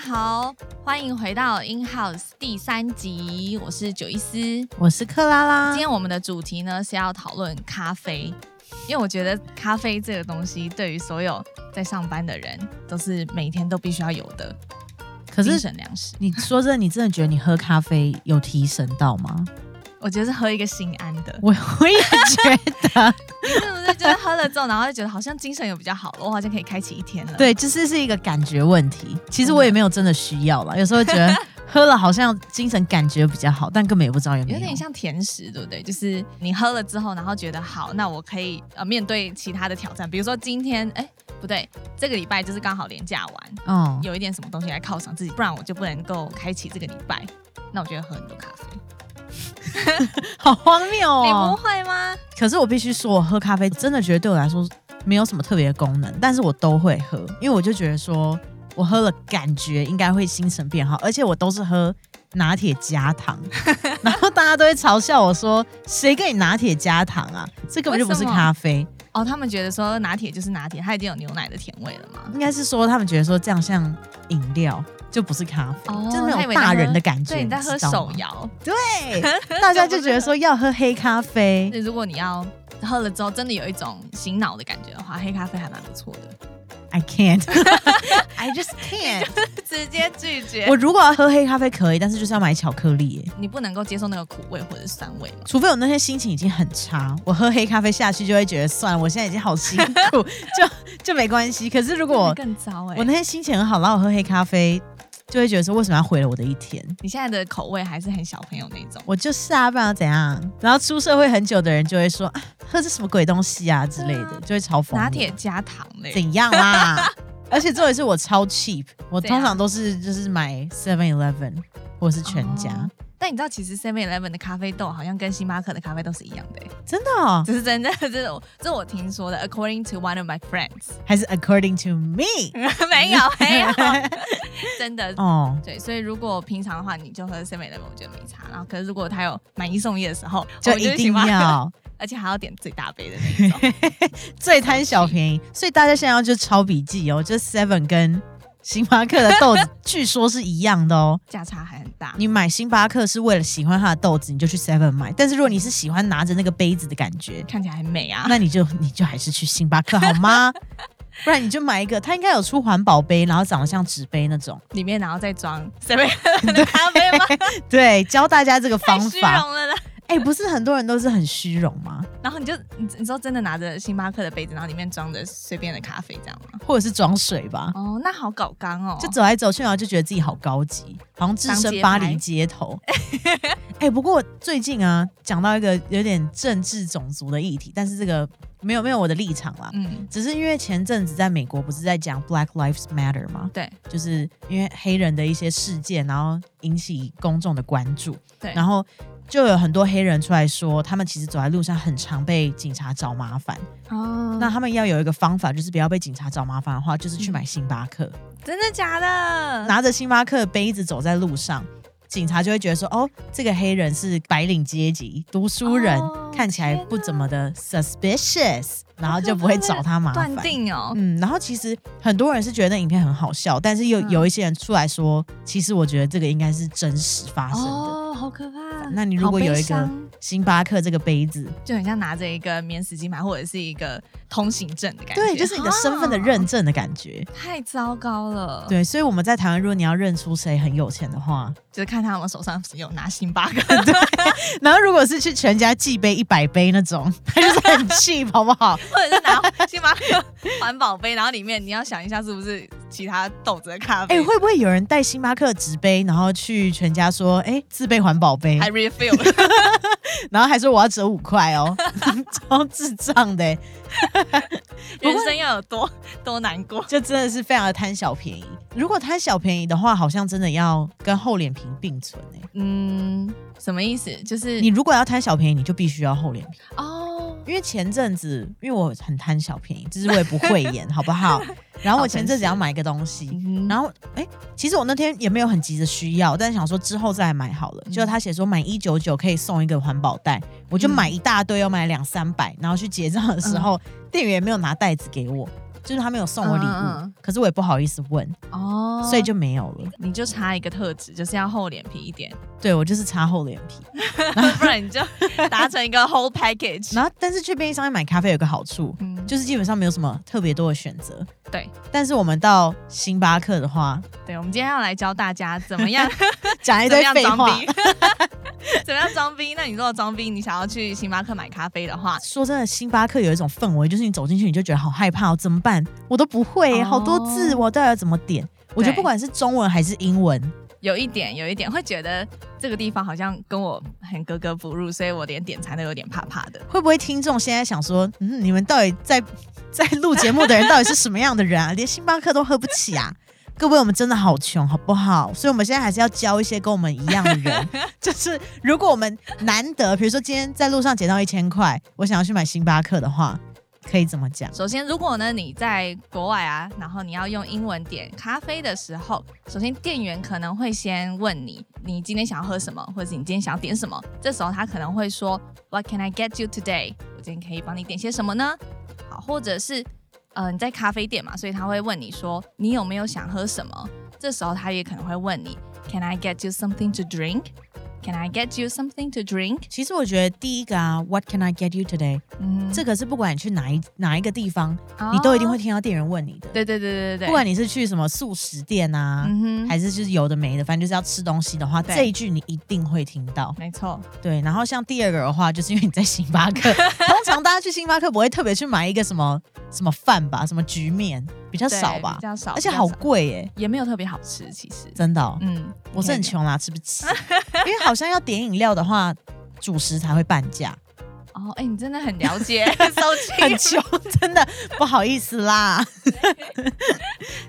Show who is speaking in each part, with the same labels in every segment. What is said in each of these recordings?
Speaker 1: 好，欢迎回到 In House 第三集，我是九一思。今
Speaker 2: 我是克拉拉。
Speaker 1: 天我们的主题呢是要讨论咖啡，因为我觉得咖啡这个东西对于所有在上班的人都是每天都必须要有的
Speaker 2: 可
Speaker 1: 精
Speaker 2: 是
Speaker 1: 神粮食。
Speaker 2: 你说真的，你真的觉得你喝咖啡有提神到吗？
Speaker 1: 我觉得是喝一个心安的，
Speaker 2: 我我也觉得，
Speaker 1: 你是不是觉得喝了之后，然后就觉得好像精神有比较好了，我好像可以开启一天了？，
Speaker 2: 对，就是是一个感觉问题。其实我也没有真的需要
Speaker 1: 嗯
Speaker 2: 啦，有时候觉得喝了好像精神感觉比较好，但根本也不知道有没
Speaker 1: 有
Speaker 2: 有。
Speaker 1: 点像甜食，对不对？就是你喝了之后，然后觉得好，那我可以呃面对其他的挑战，比如说今天，哎，不对，这个礼拜就是刚好连假完，
Speaker 2: 嗯，
Speaker 1: 有一点什么东西来犒赏自己，不然我就不能够开启这个礼拜。那我觉得喝很多咖啡，
Speaker 2: 好荒谬
Speaker 1: 你、
Speaker 2: 哦
Speaker 1: 不。会吗？
Speaker 2: 可是我必须说，我喝咖啡真的觉得对我来说没有什么特别的功能，但是我都会喝，因为我就觉得说我喝了感觉应该会心神变好，而且我都是喝拿铁加 糖，然后大家都会嘲笑我说谁跟你拿铁加糖啊？这根本就不是咖啡，
Speaker 1: 哦，他们觉得说拿铁就是拿铁，它已经有牛奶的甜味了嘛？
Speaker 2: 应该啊是说他们觉得说这样像饮料。就不是咖啡，
Speaker 1: 哦
Speaker 2: 就是没
Speaker 1: 他以
Speaker 2: 有
Speaker 1: 为在喝
Speaker 2: 大人的感觉。
Speaker 1: 对，你在喝
Speaker 2: 知道吗
Speaker 1: 手，摇。
Speaker 2: 对，大家就觉得说要喝黑咖 啡
Speaker 1: 那，如果你要喝了之后真的有一种醒脑的感觉的话，黑咖啡还蛮不错的。
Speaker 2: I can't. I just can't.
Speaker 1: 直接拒绝
Speaker 2: 我，如果要喝黑咖啡可以，但是就是要买巧克力耶。
Speaker 1: 你不能够接受那个苦味或者是酸味嘛？
Speaker 2: 除非我那天心情已经很差，我喝黑咖啡下去就会觉得算了，我现在已经好辛 苦，就就没关系。可是如果我
Speaker 1: 更糟哎、
Speaker 2: 我那天心情很好，然后我喝黑咖啡，就会觉得说为什么要毁了我的一天？
Speaker 1: 你现在的口味还是很小朋友那种。
Speaker 2: 我就是啊，不然要怎样？然后出社会很久的人就会说，啊、喝这什么鬼东西啊之类的，就会嘲讽
Speaker 1: 嗯
Speaker 2: 我
Speaker 1: 拿铁加糖嘞、
Speaker 2: 怎样啦？ 而且重点是我超 cheap，我
Speaker 1: 怎样
Speaker 2: 通常都是就是买 Seven Eleven 或是全家，
Speaker 1: 哦但你知道，其实 Seven Eleven 的咖啡豆好像跟星巴克的咖啡豆是一样 的、欸，
Speaker 2: 真的、哦、
Speaker 1: 这是真的， 这是我这我听说的。According to one of my friends，
Speaker 2: 还是 According to me？
Speaker 1: 没 有没有，真的。
Speaker 2: 哦，
Speaker 1: 对，所以如果平常的话，你就喝 Seven Eleven，我觉得没差。然后，可是如果他有买一送一的时候，
Speaker 2: 就
Speaker 1: 我
Speaker 2: 一
Speaker 1: 去
Speaker 2: 定
Speaker 1: 星巴克，
Speaker 2: 要
Speaker 1: 而且还要点最大杯的那一 种。
Speaker 2: 最贪小便宜，所以大家现在要就抄笔记哦，就 Seven 跟星巴克的豆子据说是一样的哦。
Speaker 1: 价差还很大。
Speaker 2: 你买星巴克是为了喜欢它的豆子，你就去 Seven 买。但是如果你是喜欢拿着那个杯子的感觉，
Speaker 1: 看起来很美啊，
Speaker 2: 那你就你就还是去星巴克好 吗？不然你就买一个，它应该有出环保杯，然后长得像纸杯那种。
Speaker 1: 里面然后再 装 Seven Eleven 的咖啡吗？
Speaker 2: 对，教大家这个
Speaker 1: 太
Speaker 2: 方
Speaker 1: 虚
Speaker 2: 法。
Speaker 1: 荣了啦。
Speaker 2: 哎、不是很多人都是很虚荣吗？
Speaker 1: 然后你就你你说真的拿着星巴克的杯子，然后里面装着随便的咖啡这样吗？
Speaker 2: 或者是装水吧？
Speaker 1: 哦，那好搞刚哦，
Speaker 2: 就走来走去，然后就觉得自己好高级，好像置身巴黎 街头。哎、不过最近啊，讲到一个有点政治种族的议题，但是这个没有没有我的立场啦，
Speaker 1: 嗯，
Speaker 2: 只是因为前阵子在美国不是在讲 Black Lives Matter 吗？
Speaker 1: 对，
Speaker 2: 就是因为黑人的一些事件，然后引起公众的关注，
Speaker 1: 对
Speaker 2: 然后就有很多黑人出来说，他们其实走在路上很常被警察找麻烦。
Speaker 1: 哦，
Speaker 2: 那他们要有一个方法，就是不要被警察找麻烦的话，就是去买星巴克。
Speaker 1: 真的假的？
Speaker 2: 拿着星巴克的杯子走在路上，警察就会觉得说，哦，这个黑人是白领阶级读书人，
Speaker 1: 哦
Speaker 2: 看起来不怎么的 suspicious，然后
Speaker 1: 哦
Speaker 2: 就不会找他麻
Speaker 1: 断
Speaker 2: 烦。
Speaker 1: 定哦，
Speaker 2: 嗯，然后其实很多人是觉得那影片很好笑，但是有、
Speaker 1: 嗯
Speaker 2: 有一些人出来说，其实我觉得这个应该是真实发生的。
Speaker 1: 哦，好可怕。
Speaker 2: 那你如果有一
Speaker 1: 好
Speaker 2: 个
Speaker 1: 悲伤
Speaker 2: 星巴克这个杯子，
Speaker 1: 就很像拿着一个免死金牌或者是一个通行证的感觉，
Speaker 2: 对，就是你的身份的认证的感觉。
Speaker 1: 啊太糟糕了。，
Speaker 2: 对，所以我们在台湾，如果你要认出谁很有钱的话，
Speaker 1: 就是看他们手上有拿星巴 克，
Speaker 2: 然后如果是去全家寄杯一百杯那种， 他就是很 cheap，好不好？
Speaker 1: 或者是拿星巴克环保杯，然后里面你要想一下是不是其他豆子的咖
Speaker 2: 哎、
Speaker 1: 啡，
Speaker 2: 会不会有人带星巴克纸杯，然后去全家说，哎、自备环保杯，
Speaker 1: 还 refill，
Speaker 2: 然后还说我要折五块哦， 超智障的、欸，
Speaker 1: 人生要有多 多难过。
Speaker 2: 就真的是非常的贪小便宜。如果贪小便宜的话，好像真的要跟厚脸皮并存哎、
Speaker 1: 嗯，什么意思？就是
Speaker 2: 你如果要贪小便宜，你就必须要厚脸皮。
Speaker 1: 哦，
Speaker 2: 因为前阵子，因为我很贪小便宜，就是我也不会演，好 不好？然后我前阵子要买一个东西，
Speaker 1: 嗯
Speaker 2: 然后，哎、其实我那天也没有很急着需要，但是想说之后再来买好了。
Speaker 1: 嗯
Speaker 2: 结果他写说满一九九可以送一个环保袋， 我就买一大堆，要买两三百，然后去结账的时候，店员也没有拿袋子给我，就是他没有送我礼物，
Speaker 1: 嗯嗯
Speaker 2: 可是我也不好意思问，
Speaker 1: 哦，
Speaker 2: 所以就没有了。
Speaker 1: 你就差一个特质，就是要厚脸皮一 点，
Speaker 2: 对我就是擦厚脸皮。
Speaker 1: 不然你就达成一个 whole package。
Speaker 2: 然后，但是去便利商店买咖啡有一个好处，
Speaker 1: 嗯，
Speaker 2: 就是基本上没有什么特别多的选择。
Speaker 1: 对，
Speaker 2: 但是我们到星巴克的话，
Speaker 1: 对，我们今天要来教大家怎么样
Speaker 2: 讲一
Speaker 1: 怎么
Speaker 2: 堆
Speaker 1: 样
Speaker 2: 废
Speaker 1: 装
Speaker 2: 话
Speaker 1: 逼。， 怎么样装逼？那你如果装逼，你想要去星巴克买咖啡的话，
Speaker 2: 说真的，星巴克有一种氛围，就是你走进去你就觉得好害怕、哦，怎么办？我都不会耶、
Speaker 1: 哦
Speaker 2: 好多字，我到底要怎么点？我觉得
Speaker 1: 对
Speaker 2: 不管是中文还是英文，
Speaker 1: 有一点，有一点会觉得这个地方好像跟我很格格不入，所以我连点餐都有点怕怕的。
Speaker 2: 会不会听众现在想说，嗯，你们到底在在录节目的人到底是什么样的人啊？ 连星巴克都喝不起啊！各位，我们真的好穷，好不好？所以，我们现在还是要教一些跟我们一样的 人。就是如果我们难得，比如说今天在路上捡到一千块，我想要去买星巴克的话，可以怎么讲？
Speaker 1: 首先，如果呢你在国外啊，然后你要用英文点咖啡的时候，首先店员可能会先问你，你今天想要喝什么，或者是你今天想要点什么。这时候他可能会说，What can I get you today？我今天可以帮你点些什么呢？好，或者是呃你在咖啡店嘛，所以他会问你说你有没有想喝什么？这时候他也可能会问你，Can I get you something to drink？Can I get you something to drink？
Speaker 2: 其实我觉得第一个啊，What can I get you today？
Speaker 1: 嗯
Speaker 2: 这个是不管你去哪一哪一个地方，
Speaker 1: 哦
Speaker 2: 你都一定会听到店员问你的。
Speaker 1: 对对对对对，
Speaker 2: 不管你是去什么素食店啊，
Speaker 1: 嗯哼
Speaker 2: 还是就是有的没的，反正就是要吃东西的话，
Speaker 1: 对嗯
Speaker 2: 这一句你一定会听到。
Speaker 1: 没错，
Speaker 2: 对，然后像第二个的话，就是因为你在星 巴克，通常大家去星巴克不会特别去买一个什么什么饭吧，什么局面比较
Speaker 1: 对
Speaker 2: 少吧
Speaker 1: 比，较少，
Speaker 2: 而且
Speaker 1: 比较
Speaker 2: 好
Speaker 1: 少
Speaker 2: 贵耶、
Speaker 1: 也没有特别好吃，其实。
Speaker 2: 真的哦、
Speaker 1: 嗯，
Speaker 2: 我是很
Speaker 1: 你可以
Speaker 2: 穷啦，吃 不起，因为好像要点饮料的话，主食才会半价，
Speaker 1: 点哦，哎、你真的很了 解，收
Speaker 2: 很
Speaker 1: 起。
Speaker 2: 穷，真的不好意思啦。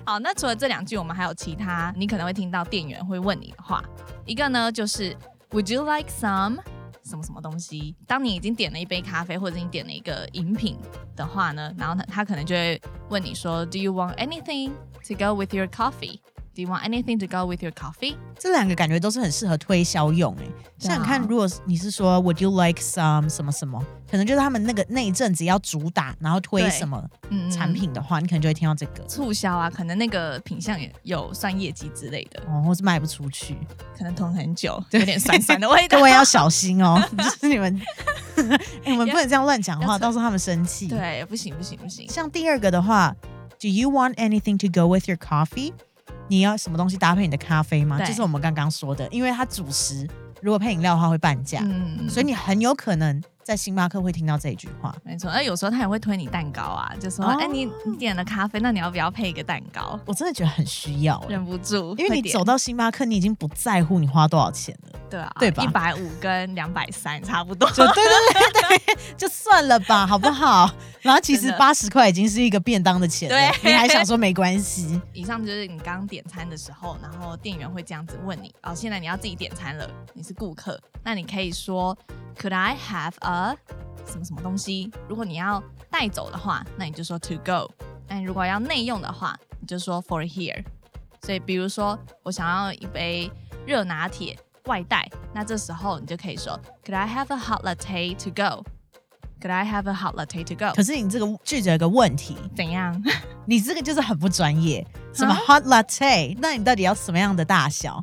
Speaker 1: 好，那除了这两句，我们还有其他你可能会听到店员会问你的话。一个呢就是 Would you like some 什么什么东西？当你已经点了一杯咖啡，或者你点了一个饮品的话呢，然后他他可能就会问你说 Do you want anything to go with your coffee? Do you want anything to go with your coffee?
Speaker 2: 这两个感觉都是很适合推销用诶、欸
Speaker 1: 对啊
Speaker 2: 像你看，如果你是说 Would you like some 什么什么，可能就是他们那个那一阵子要主打，然后推
Speaker 1: 对
Speaker 2: 什么
Speaker 1: 嗯，
Speaker 2: 产品的话，你可能就会听到这个
Speaker 1: 促销啊，可能那个品相也有算业绩之类的，
Speaker 2: 哦，或是卖不出去，
Speaker 1: 可能囤很久，有点酸酸的味道
Speaker 2: 各。位要小 心哦， 就是你们，哎我们不能这样乱讲
Speaker 1: 要
Speaker 2: 话，
Speaker 1: 扯
Speaker 2: 到时候他们生气。，
Speaker 1: 对，不行不行不行，
Speaker 2: 像第二个的话，Do you want anything to go with your coffee？你要什么东西搭配你的咖啡吗？
Speaker 1: 对
Speaker 2: 就是我们刚刚说的，因为它主食如果配饮料的话会半价，
Speaker 1: 嗯，
Speaker 2: 啊所以你很有可能在星巴克会听到这一句话。
Speaker 1: 没错。那有时候他也会推你蛋糕啊，就说，
Speaker 2: 哦
Speaker 1: 哎、你你点了咖啡，那你要不要配一个蛋糕？
Speaker 2: 我真的觉得很需要、欸，
Speaker 1: 忍不住，
Speaker 2: 因为
Speaker 1: 会
Speaker 2: 你
Speaker 1: 点
Speaker 2: 走到星巴克，你已经不在乎你花多少钱了，
Speaker 1: 对啊，
Speaker 2: 对吧
Speaker 1: 一百五跟两百三差不多。
Speaker 2: 就对对对对，就算了吧，好不好？然后其实
Speaker 1: 真的
Speaker 2: 八十块已经是一个便当的钱了，
Speaker 1: 对
Speaker 2: 你还想说没关系？
Speaker 1: 以上就是你刚点餐的时候，然后店员会这样子问你，哦，现在你要自己点餐了，你是顾客，那你可以说，Could I have a 什么什么东西？如果你要带走的话，那你就说 to go；那你如果要内用的话，你就说 for here。所以，比如说我想要一杯热拿铁外带，那这时候你就可以说，Could I have a hot latte to go？Could I have a hot latte to go？
Speaker 2: 可是你这个句子有一个问题，
Speaker 1: 怎样？
Speaker 2: 你这个就是很不专业，什么
Speaker 1: 啊
Speaker 2: hot latte？那你到底要什么样的大小？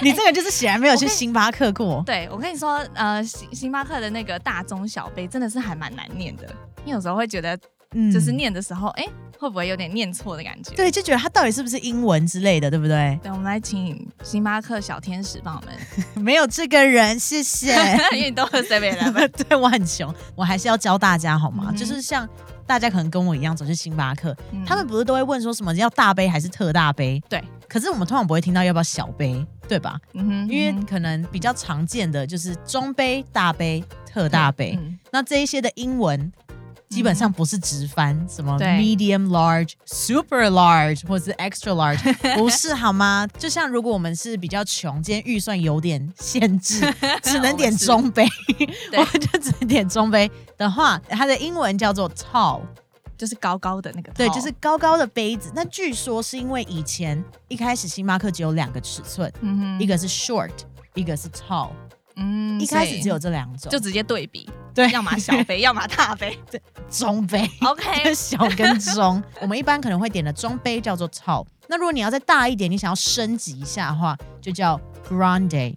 Speaker 2: 你这个就是显然没有去星巴克过。
Speaker 1: 对，我跟你说，呃，星星巴克的那个大中小杯真的是还蛮难念的，你有时候会觉得，
Speaker 2: 嗯
Speaker 1: 就是念的时候，哎、会不会有点念错的感觉？
Speaker 2: 对，就觉得它到底是不是英文之类的，对不对？
Speaker 1: 对，我们来请星巴克小天使帮我们，
Speaker 2: 没有这个人，谢谢。
Speaker 1: 因为你都喝 Seven Eleven，
Speaker 2: 对我很穷，我还是要教大家好吗？
Speaker 1: 啊嗯哼
Speaker 2: 就是像大家可能跟我一样走去星巴克，
Speaker 1: 嗯
Speaker 2: 他们不是都会问说什么要大杯还是特大杯？
Speaker 1: 对，
Speaker 2: 可是我们通常不会听到要不要小杯，对吧？
Speaker 1: 嗯哼
Speaker 2: 因为
Speaker 1: 嗯哼
Speaker 2: 可能比较常见的就是中杯、大杯、特大杯，
Speaker 1: 嗯
Speaker 2: 那这一些的英文。基本上不是直翻，什么
Speaker 1: 对
Speaker 2: medium large、super large 或是 extra large，不是好吗？就像如果我们是比较穷，今天预算有点限 制，只能点中杯，
Speaker 1: 对
Speaker 2: 我就只能点中杯的话，它的英文叫做 tall，
Speaker 1: 就是高高的那个，
Speaker 2: 对，就是，高高的杯子。那据说是因为以前一开始星巴克只有两个尺寸，
Speaker 1: 嗯哼
Speaker 2: 一，个是 short，一个是 tall，
Speaker 1: 嗯
Speaker 2: 一开始只，有
Speaker 1: 所
Speaker 2: 这两种
Speaker 1: 以。就直接对比，
Speaker 2: 对
Speaker 1: 要么小杯，要么大杯。
Speaker 2: 中杯。
Speaker 1: OK，
Speaker 2: 小跟中，我们一般可能会点的中杯叫做 top。那如果你要再大一点，你想要升级一下的话，就叫 grande。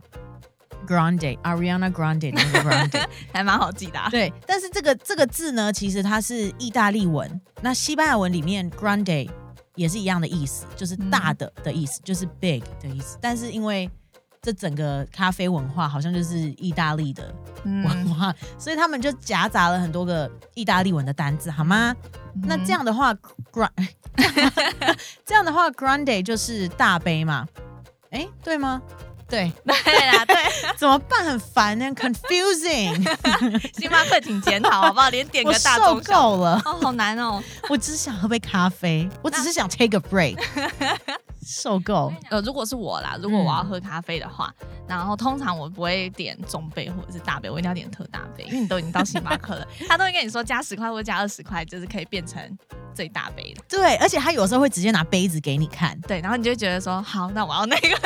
Speaker 2: Grande，Ariana Grande 的那个 Grande，
Speaker 1: 还蛮好记的、 啊。
Speaker 2: 对，但是这个这个字呢，其实它是意大利文，那西班牙文里面 Grande 也是一样的意思，就是大
Speaker 1: 嗯
Speaker 2: 的的意思，就是 big 的意思。但是因为这整个咖啡文化好像就是意大利的文
Speaker 1: 嗯，
Speaker 2: 化，所以他们就夹杂了很多个意大利文的单字，好吗？那
Speaker 1: 嗯
Speaker 2: 这样的话，grand 这样的话，grande 就是大杯嘛？哎、对吗？对，
Speaker 1: 嗯对啦，对，
Speaker 2: 怎么办？很烦呢 ，confusing。
Speaker 1: 星巴克请检讨好不好？连点
Speaker 2: 我
Speaker 1: 个大
Speaker 2: 受
Speaker 1: 众小
Speaker 2: 够了，
Speaker 1: 哦，好难哦。
Speaker 2: 我只是想喝杯咖啡，我只是想 take a break。受够，
Speaker 1: 呃，如果是我啦，如果我要喝咖啡的话，然后通常我不会点中杯或者是大杯，我一定要点特大杯，因为你都已经到星巴克了，他都会跟你说加十块或加二十块，就是可以变成最大杯的。
Speaker 2: 对，而且他有时候会直接拿杯子给你看，
Speaker 1: 对，然后你就会觉得说，好，那我要那个。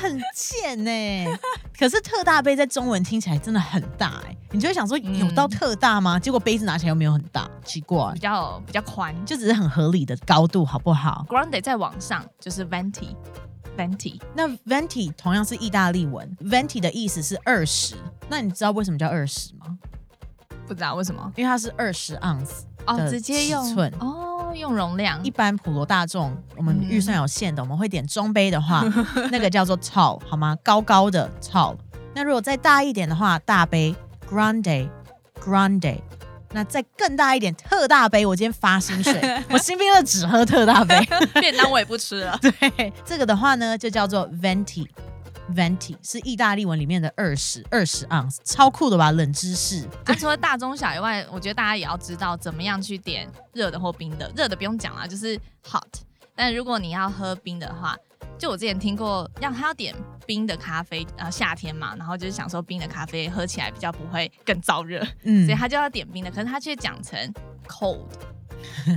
Speaker 2: 很贱呢、 可是特大杯在中文听起来真的很大哎、你就会想说
Speaker 1: 嗯
Speaker 2: 有到特大吗？结果杯子拿起来又没有很大，奇怪
Speaker 1: 比，较比较宽，就
Speaker 2: 就只是很合理的高度，好不好？
Speaker 1: grande 在往上就是 venti venti，
Speaker 2: 那 venti 同样是意大利文，venti 的意思是二十。那你知道为什么叫二十吗？
Speaker 1: 不知道为什么
Speaker 2: 因为它是二十盎司。
Speaker 1: 哦，
Speaker 2: 的
Speaker 1: 直接
Speaker 2: 尺
Speaker 1: 用
Speaker 2: 寸
Speaker 1: 哦用容量
Speaker 2: 一般普罗大众，我们
Speaker 1: 嗯
Speaker 2: 预算有限的，我们会点中杯的话，那个叫做 tall 好吗？高高的 tall。那如果再大一点的话，大杯 grande grande。那再更大一点，特大杯。我今天发薪水，我新兵乐只喝特大杯。。
Speaker 1: 便当我也不吃了
Speaker 2: 对，这个的话呢，就叫做 venti。venti 是意大利文里面的二十二十盎司，超酷的吧？冷知识，
Speaker 1: 啊、除了大中小以外，我觉得大家也要知道怎么样去点热的或冰的。热的不用讲啦，就是 hot。但如果你要喝冰的话，就我之前听过，让他要点冰的咖啡，呃，夏天嘛，然后就是想说冰的咖啡喝起来比较不会更燥热，
Speaker 2: 嗯
Speaker 1: 所以他就要点冰的，可是他却讲成 cold。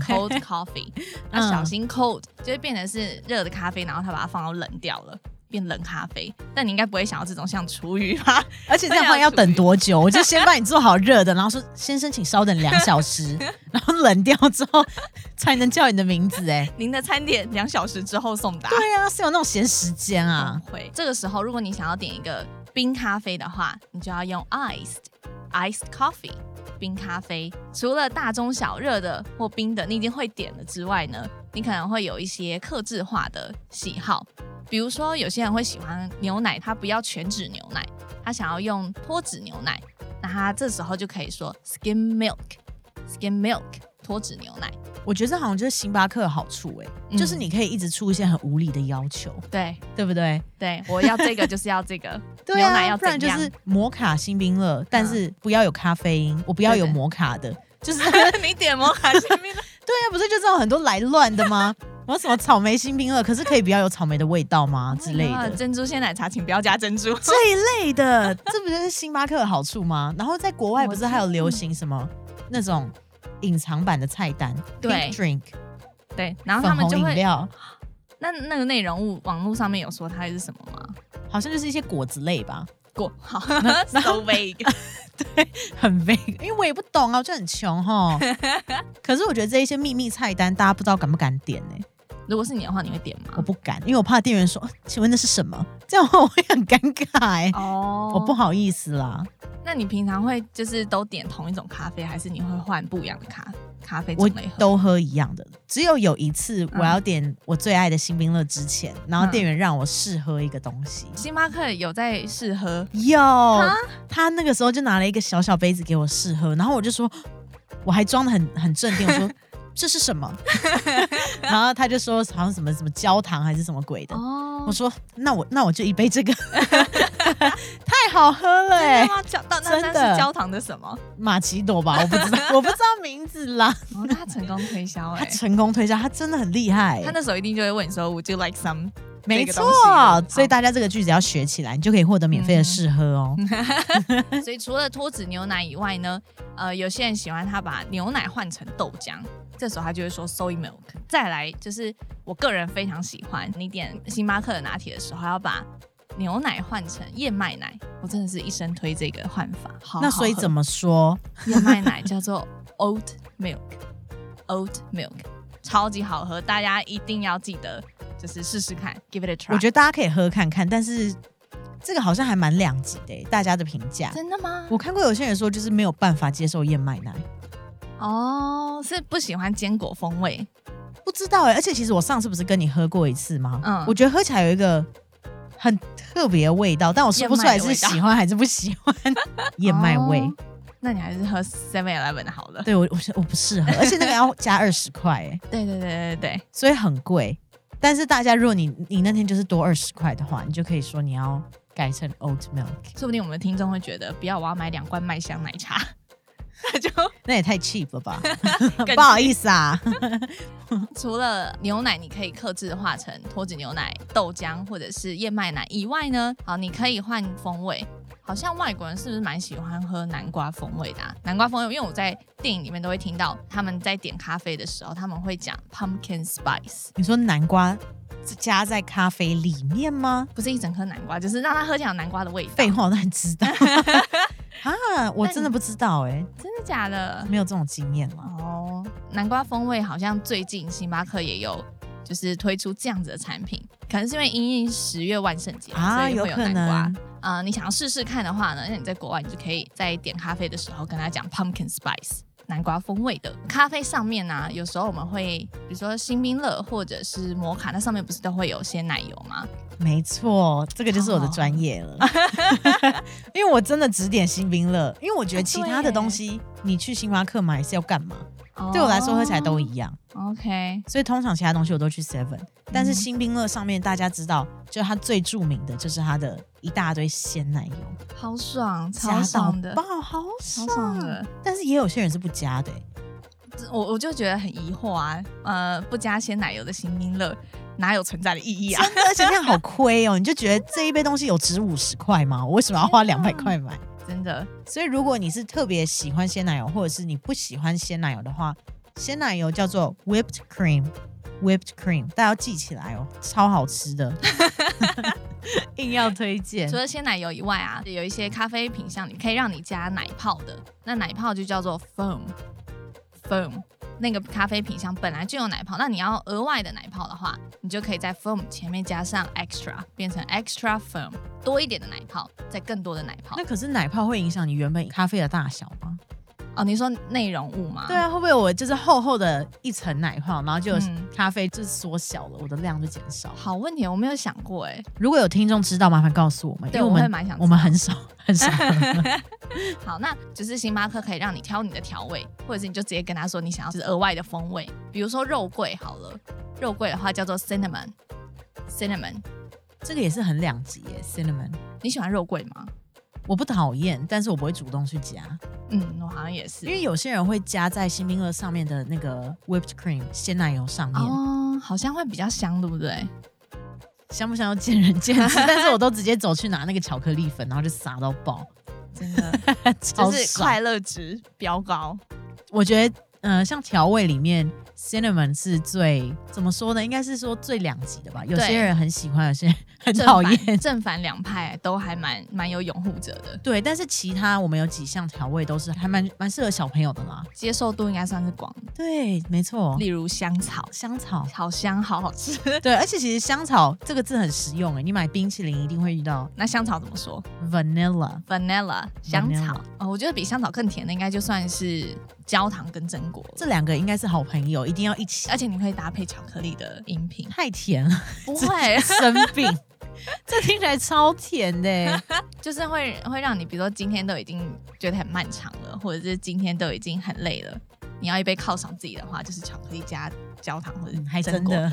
Speaker 1: cold coffee，那
Speaker 2: 嗯
Speaker 1: 小心 cold 就会变成是热的咖啡，然后他把它放到冷掉了，变冷咖啡。但你应该不会想要这种像厨余吧？
Speaker 2: 而且这样的话要等多久？我就先帮你做好热的，然后说先生，请稍等两小时，然后冷掉之后才能叫你的名字。哎，
Speaker 1: 您的餐点两小时之后送达。
Speaker 2: 对啊，是有那种闲时间啊。
Speaker 1: 会。这个时候，如果你想要点一个冰咖啡的话，你就要用 iced iced coffee 冰咖啡。除了大、中、小、热的或冰的，你已经会点了之外呢，你可能会有一些克制化的喜好，比如说有些人会喜欢牛奶，他不要全脂牛奶，他想要用脱脂牛奶，那他这时候就可以说 skim milk skim milk 脱脂牛奶。
Speaker 2: 我觉得这好像就是星巴克的好处，哎，
Speaker 1: 嗯
Speaker 2: 就是你可以一直出一些很无理的要求，
Speaker 1: 对
Speaker 2: 对不对？
Speaker 1: 对，我要这个就是要这个，
Speaker 2: 对啊，
Speaker 1: 牛奶要
Speaker 2: 不然
Speaker 1: 怎
Speaker 2: 就
Speaker 1: 样
Speaker 2: 是摩卡新冰乐，但是不要有咖啡因，我不要有
Speaker 1: 对对
Speaker 2: 摩卡的，就是嗯 对
Speaker 1: 你点摩卡西米露
Speaker 2: 啊，不是就这种很多来乱的吗？然后什么草莓新冰乐，可是可以不要有草莓的味道吗之类
Speaker 1: 啊
Speaker 2: 的？
Speaker 1: 珍珠鲜奶茶，请不要加珍 珠。
Speaker 2: 这一类的，这不就是星巴克的好处吗？然后在国外不是还有流行什么那种隐藏版的菜单，
Speaker 1: 对
Speaker 2: pink drink，
Speaker 1: 对，然后他
Speaker 2: 粉
Speaker 1: 们
Speaker 2: 红
Speaker 1: 就
Speaker 2: 饮
Speaker 1: 会
Speaker 2: 料，
Speaker 1: 那那个内容物，网络上面有说它是什么吗？
Speaker 2: 好像就是一些果子类吧，
Speaker 1: 过好 ，so vague。
Speaker 2: 很 vague，因为我也不懂啊，我就很 穷哈。可是我觉得这一些秘密菜单，大家不知道敢不敢点呢、
Speaker 1: 如果是你的话，你会点
Speaker 2: 我
Speaker 1: 吗？
Speaker 2: 不敢，因为我怕店员说，啊请问那是什么？这样的话我会很尴尬哎、
Speaker 1: 哦
Speaker 2: 我不。好意思啦，
Speaker 1: 那你平常会就是都点同一种咖啡，还是你会换不一样的咖咖啡种
Speaker 2: 我
Speaker 1: 类喝？
Speaker 2: 都喝一样的。只有有一次我要点我最爱的新冰乐之前，然后
Speaker 1: 嗯
Speaker 2: 店员让我试喝一个东西，
Speaker 1: 星巴克有在试喝，
Speaker 2: 有，他那个时候就拿了一个小小杯子给我试喝，然后我就说，我还装的很很镇定，我 说这是什么？ 然后他就说好像什么什么焦糖还是什么鬼的，
Speaker 1: 哦
Speaker 2: 我说那我那我就一杯这个， 太好喝了哎、
Speaker 1: 真的吗？焦到那
Speaker 2: 真
Speaker 1: 那
Speaker 2: 的
Speaker 1: 是焦糖的什 么？
Speaker 2: 马奇朵吧，我不知道，我不知道名字啦。
Speaker 1: 哦，那他成功推销
Speaker 2: 他
Speaker 1: 哎。
Speaker 2: 成功推销，他真的很厉害欸、
Speaker 1: 他那时候一定就会问你说，Would you like some？
Speaker 2: 没
Speaker 1: 这个
Speaker 2: 错
Speaker 1: 东西好，嗯
Speaker 2: 所以大家这个句子要学起来，你就可以获得免费的试喝 哦。
Speaker 1: 所以除了脱脂牛奶以外呢，呃，有些人喜欢他把牛奶换成豆浆，这时候他就会说 soy milk。再来就是我个人非常喜欢，你点星巴克的拿铁的时候，还要把牛奶换成燕麦奶，我真的是一生推这个换法。好
Speaker 2: 那所以怎
Speaker 1: 么
Speaker 2: 么说？
Speaker 1: 燕麦奶叫做 oat milk，oat milk 超级好喝，大家一定要记得，就是试试看，give it a try。
Speaker 2: 我觉
Speaker 1: 得
Speaker 2: 得大家可以喝看看，但是这个好像还蛮两极的耶，大家的评价。
Speaker 1: 真的吗？
Speaker 2: 我看过有些人说，就是没有办法接受燕麦奶，
Speaker 1: 哦，是不喜欢坚果风味，
Speaker 2: 不知道哎。而且其实我上次不是跟你喝过一次吗？
Speaker 1: 嗯
Speaker 2: 我觉得喝起来有一个很特别的味道，但我说不出来是喜欢还是不喜欢燕麦味。
Speaker 1: 哦那你还是喝 Seven Eleven 好了。
Speaker 2: 对我，我是我不 适合，而且那个要加二十块哎，
Speaker 1: 对对对对对，
Speaker 2: 所以很贵。但是大家，如果你你那天就是多二十块的话，你就可以说你要改成 oat milk，
Speaker 1: 说不定我们的听众会觉得，不要，我要买两罐麦香奶茶， 那就
Speaker 2: 那也太 cheap 了吧？
Speaker 1: 更
Speaker 2: 不好意思啊。
Speaker 1: 除了牛奶，你可以克制化成脱脂牛奶、豆浆或者是燕麦奶以外呢，好，你可以换风味。好像外国人是不是蛮喜欢喝南瓜风味的、啊？南瓜风味，因为我在电影里面都会听到他们在点咖啡的时候，他们会讲 pumpkin spice，
Speaker 2: 你说南瓜是加在咖啡里面吗？
Speaker 1: 不是一整颗南瓜，就是让它喝起来有南瓜的味道。
Speaker 2: 废话，我当然 知道啊！我真的不知道哎、
Speaker 1: 真的假的？
Speaker 2: 没有这种经验啊了。
Speaker 1: 哦，南瓜风味好像最近星巴克也有，就是推出这样子的产品，可能是因为因应十月万圣节，
Speaker 2: 啊
Speaker 1: 所以会
Speaker 2: 有
Speaker 1: 有
Speaker 2: 可
Speaker 1: 南瓜
Speaker 2: 能。
Speaker 1: 呃，你想要试试看的话呢，那你在国外你就可以在点咖啡的时候跟他讲 pumpkin spice。南瓜风味的咖啡上面呢、有时候我们会，比如说星冰乐或者是摩卡，那上面不是都会有鲜奶油吗？
Speaker 2: 没错，这个就是我的专业了， 因为我真的只点新冰乐，因为我觉得其他的东西你去星巴克买是要干嘛？对我来说喝起来都一样，
Speaker 1: 哦 OK，
Speaker 2: 所以通常其他东西我都去 Seven，但
Speaker 1: 嗯
Speaker 2: 是新冰乐上面大家知道，就是它最著名的就是它的一大堆鲜奶油，
Speaker 1: 好爽，
Speaker 2: 加
Speaker 1: 超
Speaker 2: 到
Speaker 1: 爽的，
Speaker 2: 爆，好
Speaker 1: 超
Speaker 2: 爽
Speaker 1: 爽的。
Speaker 2: 但是也有些人是不加的欸、
Speaker 1: 我我就觉得很疑惑啊，呃，不加鲜奶油的新冰乐哪有存在的意义啊？
Speaker 2: 真的，而且那样好亏哦！你就觉得这一杯东西有值五十块吗？我为什么要花两百块买？
Speaker 1: 真的，
Speaker 2: 所以如果你是特别喜欢鲜奶油，或者是你不喜欢鲜奶油的话，鲜奶油叫做 whipped cream，whipped cream，大家要记起来哦，超好吃 的， 硬要推荐
Speaker 1: 除。了鲜奶油以外啊，有一些咖啡品项你可以让你加奶泡的，那奶泡就叫做 foam foam。那个咖啡品项本来就有奶泡，那你要额外的奶泡的话，你就可以在 foam 前面加上 extra，变成 extra foam，多一点的奶泡，再更多的奶泡
Speaker 2: 那。可是奶泡会影响你原本咖啡的大小吗？
Speaker 1: 哦，你说内容物吗？
Speaker 2: 对，啊，会不会我就是厚厚的一层奶泡，然后就有
Speaker 1: 嗯
Speaker 2: 咖啡就是缩小了，我的量就减少了？
Speaker 1: 好问题，我没有想过哎、
Speaker 2: 如果有听众知道，麻烦告诉我们，因
Speaker 1: 对
Speaker 2: 为
Speaker 1: 我会
Speaker 2: 们
Speaker 1: 蛮想知道
Speaker 2: 我们很少 很少喝。
Speaker 1: 好，那就是星巴克可以让你挑你的调味，或者是你就直接跟他说你想要就是额外的风味，比如说肉桂好了，肉桂的话叫做 cinnamon cinnamon。
Speaker 2: 这个也是很两极耶，cinnamon。
Speaker 1: 你喜欢肉桂吗？
Speaker 2: 我不讨厌，但是我不会主动去加，
Speaker 1: 嗯，我好像也是
Speaker 2: 因。为有些人会加在新冰乐上面的那个 whipped cream 鲜奶油上面，
Speaker 1: 哦，好像会比较香，对不对？
Speaker 2: 香不香要见仁见 智。但是我都直接走去拿那个巧克力粉，然后就撒到爆，
Speaker 1: 真 的
Speaker 2: 超
Speaker 1: 就是
Speaker 2: 爽。
Speaker 1: 快乐值飙高。
Speaker 2: 我觉得，呃，像调味里面 cinnamon 是最怎么说呢？应该是说最两极的吧。有些人很喜欢，有些人很
Speaker 1: 正
Speaker 2: 讨
Speaker 1: 反
Speaker 2: 厌。
Speaker 1: 正反两派都还蛮蛮有拥护者的，
Speaker 2: 对，但是其他我们有几项调味都是还蛮蛮适合小朋友的啦。
Speaker 1: 接受度应该算是广的。
Speaker 2: 对，没错，
Speaker 1: 例如香草，
Speaker 2: 香草。
Speaker 1: 好香，好好吃。
Speaker 2: 对，而且其实香草这个字很实用诶，欸你买冰淇淋一定会遇到
Speaker 1: 那香草怎么说？
Speaker 2: vanilla。
Speaker 1: vanilla 香草哦，我觉得比香草更甜的应该就算是焦糖跟榛果了，
Speaker 2: 这两个应该是好朋友，一定要一起。
Speaker 1: 而且你可以搭配巧克力的饮品，
Speaker 2: 太甜了，
Speaker 1: 不会
Speaker 2: 生 病。这听起来超甜的欸，
Speaker 1: 就是会会让你，比如说今天都已经觉得很漫长了，或者是今天都已经很累了，你要一杯犒赏自己的话，就是巧克力加焦糖或者
Speaker 2: 嗯还
Speaker 1: 榛
Speaker 2: 真
Speaker 1: 果。
Speaker 2: 的。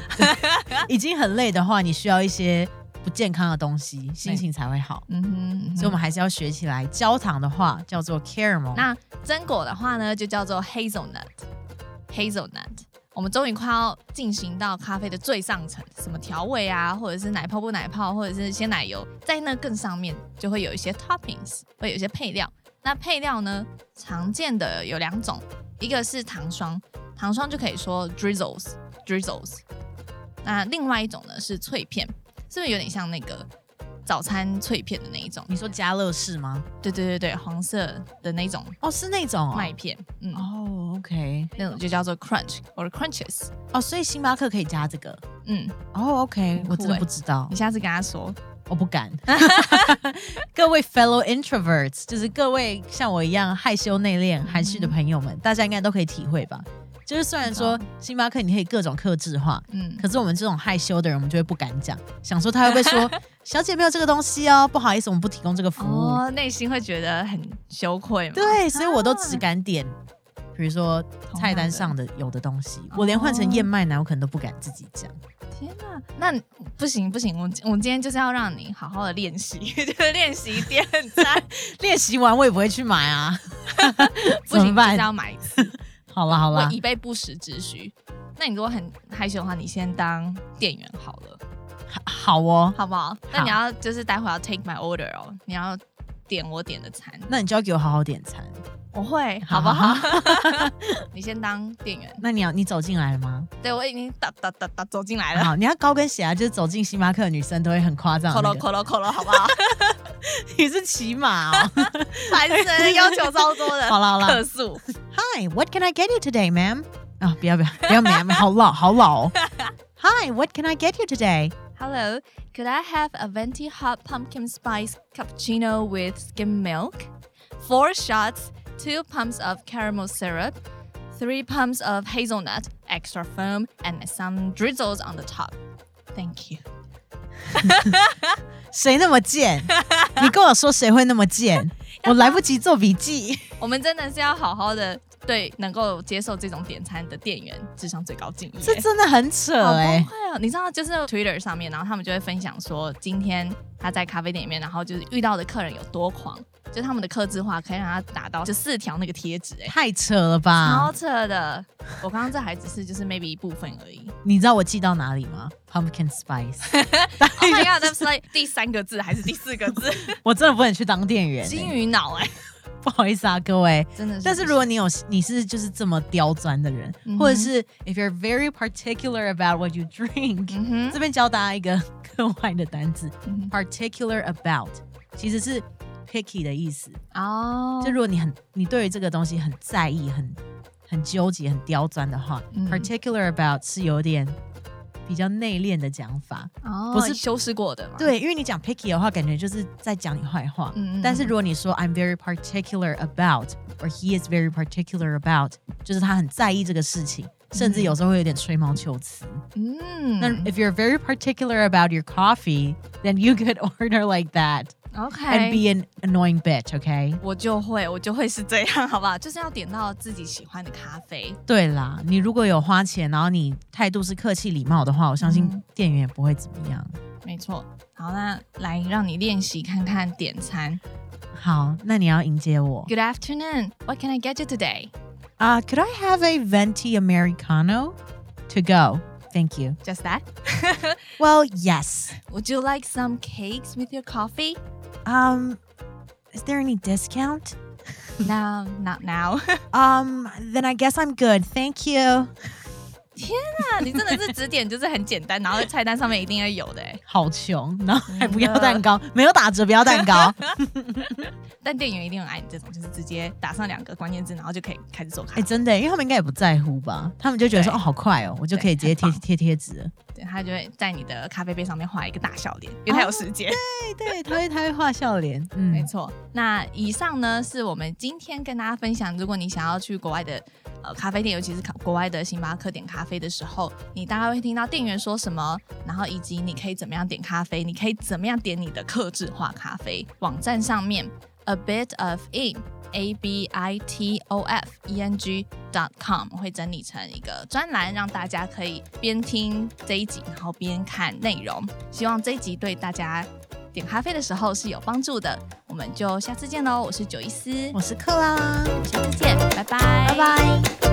Speaker 2: 已经很累的话，你需要一些不健康的东西，心情才会好。
Speaker 1: 嗯哼，嗯哼
Speaker 2: 所以我们还是要学起来。焦糖的话叫做 caramel，
Speaker 1: 那榛果的话呢，就叫做 hazelnut，hazelnut。我们终于快要进行到咖啡的最上层，什么调味啊，或者是奶泡不奶泡，或者是鲜奶油，在那更上面就会有一些 toppings，会有一些配料。那配料呢，常见的有两种，一个是糖霜，糖霜就可以说 drizzles drizzles。那另外一种呢是脆片，是不是有点像那个早餐脆片的那一种。
Speaker 2: 你说加乐士吗？
Speaker 1: 对对对对，黄色的那种
Speaker 2: 哦，是那种哦。
Speaker 1: 麦片，嗯，
Speaker 2: 哦，OK，
Speaker 1: 那种就叫做 crunch or crunches。
Speaker 2: 哦，所以星巴克可以加这个。
Speaker 1: 嗯，
Speaker 2: 哦，OK，
Speaker 1: 很酷
Speaker 2: 我真的
Speaker 1: 欸
Speaker 2: 不知道
Speaker 1: 你，下次跟他说，
Speaker 2: 我不敢。 各位 fellow introverts，就是各位像我一样害羞内敛、含蓄的朋友们，大家应该都可以体会吧。就是虽然说
Speaker 1: 嗯
Speaker 2: 星巴克你可以各种克制化，
Speaker 1: 嗯，
Speaker 2: 可是我们这种害羞的人，我们就会不敢讲，想说他会不会 说小姐没有这个东西哦，不好意思，我们不提供这个服务。
Speaker 1: 哦，内心会觉得很羞愧嘛？
Speaker 2: 对，所以我都只
Speaker 1: 啊
Speaker 2: 敢点，比如说
Speaker 1: 同
Speaker 2: 菜
Speaker 1: 样
Speaker 2: 单
Speaker 1: 的
Speaker 2: 上的有的东西，我连换成燕麦奶，我可能都不敢自己讲。
Speaker 1: 天哪，那你不行不行，我们我们今天就是要让你好好的练习， 就是练习点 餐，
Speaker 2: 练习完我也不会去买啊，
Speaker 1: 不
Speaker 2: 怎
Speaker 1: 行就
Speaker 2: 么
Speaker 1: 是
Speaker 2: 办？
Speaker 1: 要买一次，
Speaker 2: 好啦好
Speaker 1: 我
Speaker 2: 啦，
Speaker 1: 以备不时之需。那你如果很害羞的话，你先当店员好了，
Speaker 2: 好哦，
Speaker 1: 好不好？那你要就是待会要 take my order 哦，你要点我点的餐，
Speaker 2: 那你就要给我好好点餐。
Speaker 1: 我会好不 好？你先当店员，
Speaker 2: 那你要你走进来了吗？
Speaker 1: 对我已经打打打打走进来了。
Speaker 2: 好，你要高跟鞋啊，就是走进星巴克的女生都会很夸张
Speaker 1: 扣
Speaker 2: 的
Speaker 1: 了
Speaker 2: 那个。
Speaker 1: 扣了扣了，好不 好？
Speaker 2: 你是骑马 哦。
Speaker 1: 烦死了，要求超多的。
Speaker 2: 好啦好啦
Speaker 1: 客诉。
Speaker 2: Hi, what can I get you today, ma'am? 啊、不要不要不要 ma'am，好老好老哦。Hi, what can I get you today?
Speaker 1: Hello, could I have a venti hot pumpkin spice cappuccino with skim milk? Four shots, two pumps of caramel syrup, three pumps of hazelnut, extra foam, and some drizzles on the top. Thank you.
Speaker 2: 谁那么 贱？你跟我说谁会那么 贱？我来不及做笔 记。
Speaker 1: 我们真的是要好好的对能够接受这种点餐的店员致上最高敬意。
Speaker 2: 这真的很扯
Speaker 1: 好
Speaker 2: 哎、
Speaker 1: 崩溃哦！你知道，就是 Twitter 上面，然后他们就会分享说，今天他在咖啡店里面，然后就是遇到的客人有多狂，就他们的客制化可以让他打到就四条那个贴纸、哎、
Speaker 2: 太扯了吧
Speaker 1: 超！扯的！我刚刚这还只是就是 maybe 一部分而 已。
Speaker 2: 你知道我记到哪里吗？Pumpkin spice，
Speaker 1: Oh my god，that's like 第三个字还是第四个 字？
Speaker 2: 我真的不能去当店员、
Speaker 1: 金
Speaker 2: 欸，
Speaker 1: 鱼脑哎、
Speaker 2: 不好意思啊，各位。
Speaker 1: 真的是。
Speaker 2: 但是如果你有你是就是这么刁钻的人，
Speaker 1: 嗯哼
Speaker 2: 或者是 if you're very particular about what you drink，、
Speaker 1: 嗯哼，
Speaker 2: 这边教大家一个 课外的单字
Speaker 1: 嗯
Speaker 2: ，particular about 其实是 picky 的意思。
Speaker 1: 哼哦，
Speaker 2: 就如果你很你对于这个东西很在意、很很纠结、很刁钻的话、
Speaker 1: 嗯
Speaker 2: p a r t i c u l a r about 是有点比较内敛的讲法。
Speaker 1: 哦
Speaker 2: 不是
Speaker 1: 修饰过的嘛？，
Speaker 2: 对，因为你讲 picky 的话，感觉就是在讲你坏话。
Speaker 1: 嗯嗯
Speaker 2: 但是如果你说 I'm very particular about or he is very particular about，就是他很在意这个事情，甚至有时候会有点吹毛求疵。
Speaker 1: 嗯，
Speaker 2: 那 if you're very particular about your coffee，then you could order like that and
Speaker 1: OK。
Speaker 2: be an annoying bitch. OK？
Speaker 1: 我就会，我就会是这样，好不好？就是要点到自己喜欢的咖啡，
Speaker 2: 对啦，你如果有花钱，然后你态度是客气礼貌的话，我相信
Speaker 1: 嗯
Speaker 2: 店员也不会怎么样。
Speaker 1: 没错，好，那来让你练习看看点餐。
Speaker 2: 好，那你要迎接我
Speaker 1: Good afternoon, what can I get you today?
Speaker 2: 啊、c o u l d I have a venti americano to go? Thank you.
Speaker 1: Just that.
Speaker 2: Well, yes.
Speaker 1: Would you like some cakes with your coffee?
Speaker 2: Um, is there any discount?
Speaker 1: No, not now.
Speaker 2: Um, then I guess I'm good. Thank you.
Speaker 1: 那啊你真的是指点就是很简单，然后菜单上面一定要有的欸。
Speaker 2: 好穷，然后
Speaker 1: 真
Speaker 2: 还
Speaker 1: 的
Speaker 2: 不要蛋糕，没有打折，不要蛋糕。
Speaker 1: 但店员一定很爱你这种，就是直接打上两个关键字，然后就可以开始做
Speaker 2: 哎、
Speaker 1: 咖啡。
Speaker 2: 真的，因为他们应该也不在乎吧？他们就觉得说，
Speaker 1: 对
Speaker 2: 哦，好快哦，我就可以直接贴
Speaker 1: 对很棒
Speaker 2: 贴贴纸了。
Speaker 1: 对，他就会在你的咖啡杯上面画一个大笑脸，因为他有时间。
Speaker 2: 对 对，他会他会画笑脸，嗯，
Speaker 1: 没错。那以上呢是我们今天跟大家分享，如果你想要去国外的呃咖啡店，尤其是国外的星巴克点咖啡的时候，你大概会听到店员说什么，然后以及你可以怎么样点咖啡，你可以怎么样点你的克制化咖啡。网站上面 a bit of in。a b i t o f e n g dot com 我会整理成一个专栏，让大家可以边听这一集，然后边看内容。希望这一集对大家点咖啡的时候是有帮助的。我们就下次见喽！我是九一思，
Speaker 2: 我是克拉，
Speaker 1: 下次见，拜拜，
Speaker 2: 拜拜。